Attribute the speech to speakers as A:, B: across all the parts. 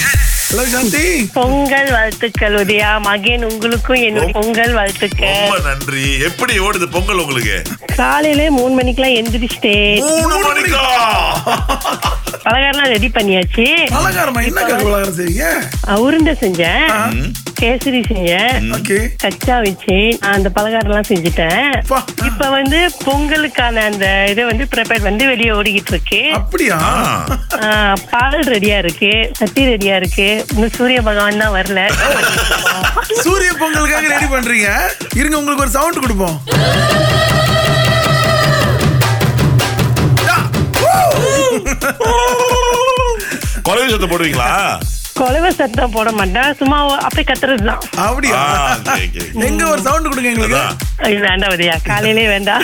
A: Hello Shanti
B: Pongal வாழ்த்துக்கள் உதயா மகன் உங்களுக்கும் என்னுடைய பொங்கல் வாழ்த்துக்கள்
C: ரொம்ப நன்றி எப்படி ஓடுது பொங்கல் உங்களுக்கு
B: காலையில மூணு மணிக்கெல்லாம் எந்திரிச்சிட்டேன்
C: மூணு மணிக்கா
B: பலகாரம்லாம் ரெடி பண்ணியாச்சு
A: பலகாரமா என்ன கரு பலகாரம் செய்றீங்க
B: அஹ், உருண்டை செஞ்சேன் கேசரி செஞ்சேன்
A: ஓகே
B: கச்சா வச்சேன் நான் அந்த பலகாரம்லாம் செஞ்சுட்டேன்
A: அப்பா.
B: இப்ப வந்து பொங்கலுக்கான அந்த இதை வந்து ப்ரிப்பேர் வந்து வெளியே ஓடிக்கிட்டு இருக்கு
A: அப்படியா
B: அஹ், பால் ரெடியா இருக்கு சட்டி ரெடியா இருக்கு இன்னும் சூரிய பகவான் தான் வரல
A: சூரிய பொங்கலுக்காக ரெடி பண்றீங்க இருங்க உங்களுக்கு ஒரு சவுண்ட் கொடுப்போம்
C: குறைவு சத்தம் போடுவீங்களா
B: கொலவை சத்தம் போட மாட்டேன் சும்மா அப்படியே கத்துறதுதான்
A: அப்படியா
C: ஆ, okay, okay, okay.
A: எங்க ஒரு சவுண்ட் கொடுங்க எங்களுக்கு
C: அதான்.
B: ஐயோ, வேண்டாம் உதயா காலையிலே வேண்டாம்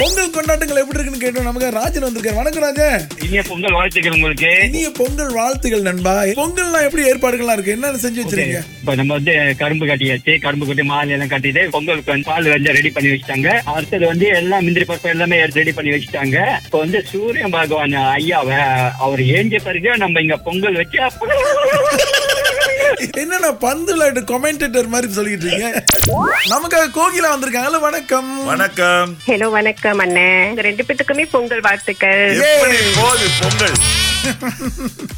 A: பொங்கல் கொண்டாட்டங்கள் எப்படி இருக்குன்னு கேட்டோம் நமக்கு ராஜன் வந்திருக்காரு வணக்கம் ராஜன்
D: இனிய பொங்கல் வாழ்த்துக்கள் உங்களுக்கு
A: இனிய பொங்கல் வாழ்த்துகள் நண்பா பொங்கல்லாம் எப்படி ஏற்பாடுகள்லாம் இருக்கு என்னென்ன செஞ்சு வச்சிருக்கீங்க
D: இப்ப நம்ம வந்து கரும்பு கட்டியாச்சு கரும்பு கட்டி மாலை எல்லாம் கட்டிட்டு பொங்கலுக்கு வந்து பால் வந்து ரெடி பண்ணி வச்சுட்டாங்க அடுத்தது வந்து எல்லாம் முந்திரி பருப்பு எல்லாமே ரெடி பண்ணி வச்சுட்டாங்க இப்ப வந்து சூரிய பகவான் ஐயாவை அவர் ஏஞ்ச பிறகு நம்ம இங்க பொங்கல் வச்சு அப்புறம்
A: என்னன்னா பந்து விளையாட்டு கொமெண்டேட்டர் மாதிரி சொல்லிட்டு இருக்கீங்க நமக்காக கோகிலா வந்திருக்காங்கல்ல வணக்கம்
C: வணக்கம்
E: ஹலோ வணக்கம் அண்ணே உங்க ரெண்டு பேத்துக்குமே பொங்கல் வாழ்த்துக்கள்
C: எப்படி போகுது பொங்கல்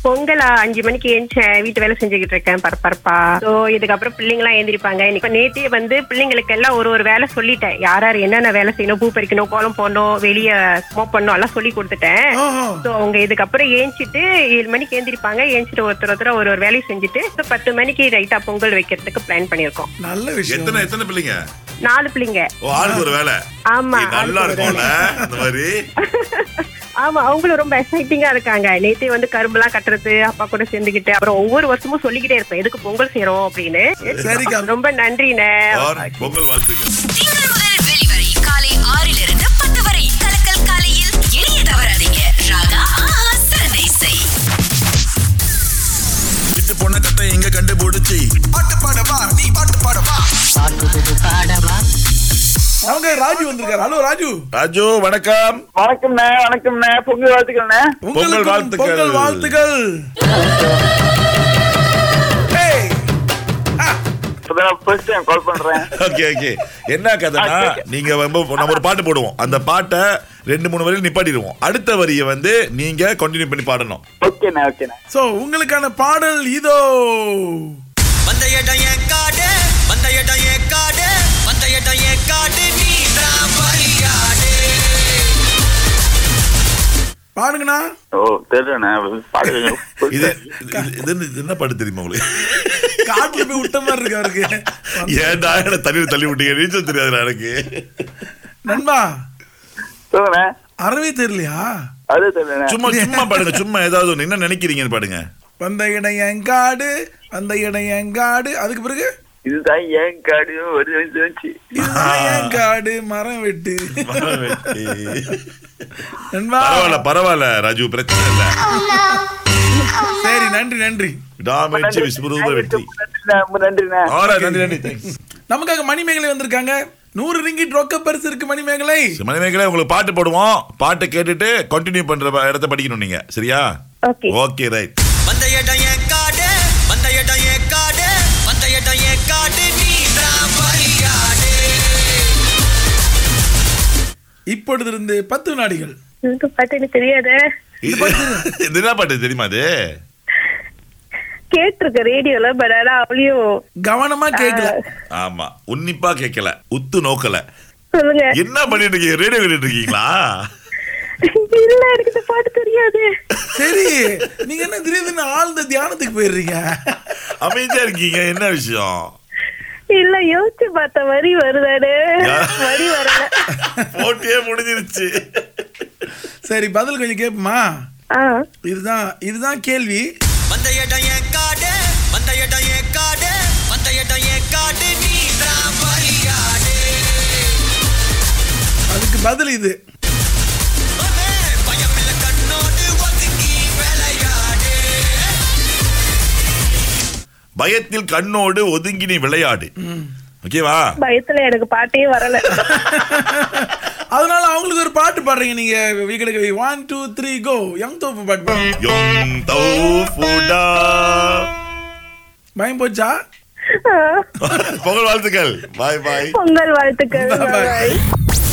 E: பொங்கலா அஞ்சு மணிக்கு ஏஞ்சேன் வீட்டு வேலை செஞ்சுக்கிட்டு இருக்கேன் பரபரப்பா ஸோ இதுக்கப்புறம் பிள்ளைங்க எல்லாம் எந்திரிப்பாங்க இப்ப நேத்தே வந்து பிள்ளைங்களுக்கு எல்லாம் ஒரு ஒரு வேலை சொல்லிட்டேன் யார் யார் என்னென்ன வேலை செய்யணும் பூ பறிக்கணும் கோலம் போடணும் வெளியே மோப் பண்ணணும் எல்லாம் சொல்லி கொடுத்துட்டேன்
A: ஆஹா.
E: ஸோ அவங்க இதுக்கப்புறம் ஏஞ்சிட்டு ஏழு மணிக்கு ஏந்திரிப்பாங்க ஏஞ்சிட்டு ஒருத்தர் ஒருத்தர் ஒரு ஒரு வேலையை செஞ்சுட்டு so பத்து மணிக்கு ரைட்டா பொங்கல் வைக்கிறதுக்கு பிளான் பண்ணியிருக்கோம்
A: நல்ல விஷயம்
C: எத்தனை எத்தனை பிள்ளைங்க
E: நாலு பிள்ளைங்க
C: ஓ ஆளுக்கு ஒரு வேலை
E: ஆமா,
C: இது நல்லா
E: ஆளுக்கு ஒரு
C: இருக்கும்ல அந்த மாதிரி
E: ஆமா அவங்களும் ரொம்ப எக்ஸைட்டிங்கா இருக்காங்க நேத்தே வந்து கரும்புலாம் கட்டுறது அப்பா கூட சேர்ந்துக்கிட்டு அப்புறம் ஒவ்வொரு வருஷமும் சொல்லிக்கிட்டே இருப்பேன் எதுக்கு பொங்கல் செய்யறோம் அப்படின்னு
A: சரிக்கா.
E: ரொம்ப நன்றிண்ணே
C: ஆர், பொங்கல் வாழ்த்துக்கள்
F: திங்கள் முதல் வெளிவரை காலை ஆறிலிருந்து பத்து வரை கலக்கல் காலையில் இணைய தவறாதீங்க ராகா ஆஹா சிறந்த இசை
G: விட்டு போன கத்தை எங்க கண்டுபிடிச்சி பாட்டு பாடவா நீ பாட்டு பாடவா
A: நமக்கு ராஜு வந்திருக்காரு ஹலோ ராஜு
C: ராஜு வணக்கம்
H: வணக்கம்ண்ணே வணக்கம்ண்ணே பொங்கல் வாழ்த்துக்கள்ண்ணே
A: உங்களுக்கும்
C: வாழ்த்துக்கள்.
A: பொங்கல் வாழ்த்துக்கள் ஏய்,
H: இப்பதான் நான் first time கால் பண்றேன்
C: ஓகே ஓகே என்ன கதைனா நீங்க ரொம்ப நம்ம ஒரு பாட்டு போடுவோம் அந்த பாட்டை ரெண்டு மூணு வரையில நிப்பாட்டிடுவோம் அடுத்த வரியை வந்து நீங்க கண்டினியூ பண்ணி பாடணும்
H: ஓகேண்ணே ஓகேண்ணே
A: சோ உங்களுக்கான பாடல் இதோ
G: வந்த இடம் என் காடு வந்த இடம் என் காடு வந்த இடம் என் காடு நீ தான் வழியாடு
A: பாடுங்கண்ணா
H: ஓ தெரியலண்ணே பாடுறீங்க
C: இது இது- இது என்ன- இது என்ன பாட்டு தெரியுமா உங்களுக்கு
A: காட்டுல போய் விட்ட மாதிரி இருக்கு அவருக்கு
C: ஏன்டா என்ன தண்ணியில் தள்ளி விட்டீங்க நீச்சல் தெரியாதுடா எனக்கு
A: நண்பா
H: சொல்லுங்கண்ணே
A: அறவே தெரியலையா
H: அது தெரியலண்ணே
C: சும்மா சும்மா பாடுங்க சும்மா ஏதாவது ஒண்ணு என்ன நினைக்கிறீங்கன்னு பாடுங்க
A: வந்த இடம் எங்காடு வந்த இடம் எங்காடு அதுக்கு பிறகு
H: இதுதான் ஏன் காடியும் ஒரு நிமிஷம் வச்சு
A: இதுதான் என் காடு மரம் வெட்டு நண்பா
C: பரவாயில்ல பரவாயில்ல ராஜு பிரச்சனை இல்ல
A: சரி நன்றி நன்றி
C: விடாமச்சு விஸ்வரூப வெற்றி
H: நன்றிண்ணே, ரொம்ப நன்றிண்ணே
C: ஆரா நன்றி நன்றி தேங்க்ஸ்
A: நமக்காக மணிமேகலை வந்திருக்காங்க நூறு ரிங்கிட் ரொக்க பரிசு இருக்கு மணிமேகலை
C: மணிமேகலை உங்களுக்கு பாட்டு போடுவோம் பாட்டை கேட்டுட்டு கண்டினியூ பண்ற ப- இடத்த படிக்கணும் நீங்க சரியா
E: ஓகே
C: ஓகே ரைட்
G: வந்த இடம் என் காடு வந்த இடம் என் காடு வந்த இடம் என் காடு நீ தான் வழியாடு
A: இப்பொழுது இருந்து பத்து வினாடிகள்
E: எனக்கு பாட்டு எனக்கு தெரியாது
C: இது என்ன பாட்டு தெரியுமா அது
E: கேட்டிருக்க ரேடியோல பட் ஆனா அவளையும்
A: கவனமா கேட்கல
C: ஆமா உன்னிப்பா கேட்கல உத்து நோக்கல
E: சொல்லுங்க
C: என்ன பண்ணிட்டு இருக்கீங்க ரேடியோ கேட்டுட்டு இருக்கீங்களா
E: இல்ல எனக்கு இந்த பாட்டு தெரியாது
A: சரி நீங்க என்ன திடீர்னு ஆழ்ந்த தியானத்துக்கு போயிடுறீங்க
C: அமைதியா இருக்கீங்க என்ன விஷயம்
E: இல்ல யோசிச்சு பார்த்த வரி வருதானே வரி வரல
C: போட்டியே முடிஞ்சிருச்சு
A: சரி பதில் கொஞ்சம் கேட்போமா
E: ஆஹ்
A: இதுதான் இதுதான் கேள்வி
G: வந்த இடம் என் காடு வந்த இடம் என் காடு வந்த இடம் என் காடு நீ தான் வழியாடு
A: அதுக்கு பதில் இது
G: அமே, பயமில்ல கண்ணோடு ஒதுங்கி விளையாடு
C: பயத்தில் கண்ணோடு ஒதுங்கி நீ விளையாடு ஓகேவா
E: பயத்துல எனக்கு பாட்டே வரல
A: அதனால அவங்களுக்கு ஒரு பாட்டு பாடுறீங்க நீங்க வீக்கெடுக்க ஒன் டூ த்ரீ கோ எம் தோப்பு பாட்டு பாடுங்க.
C: யோம் தௌஃபுடா
A: பயம் போச்சா
C: பொங்கல் வாழ்த்துக்கள் பாய் பாய்
E: பொங்கல் வாழ்த்துக்கள்
A: Bye, bye.
E: Bye.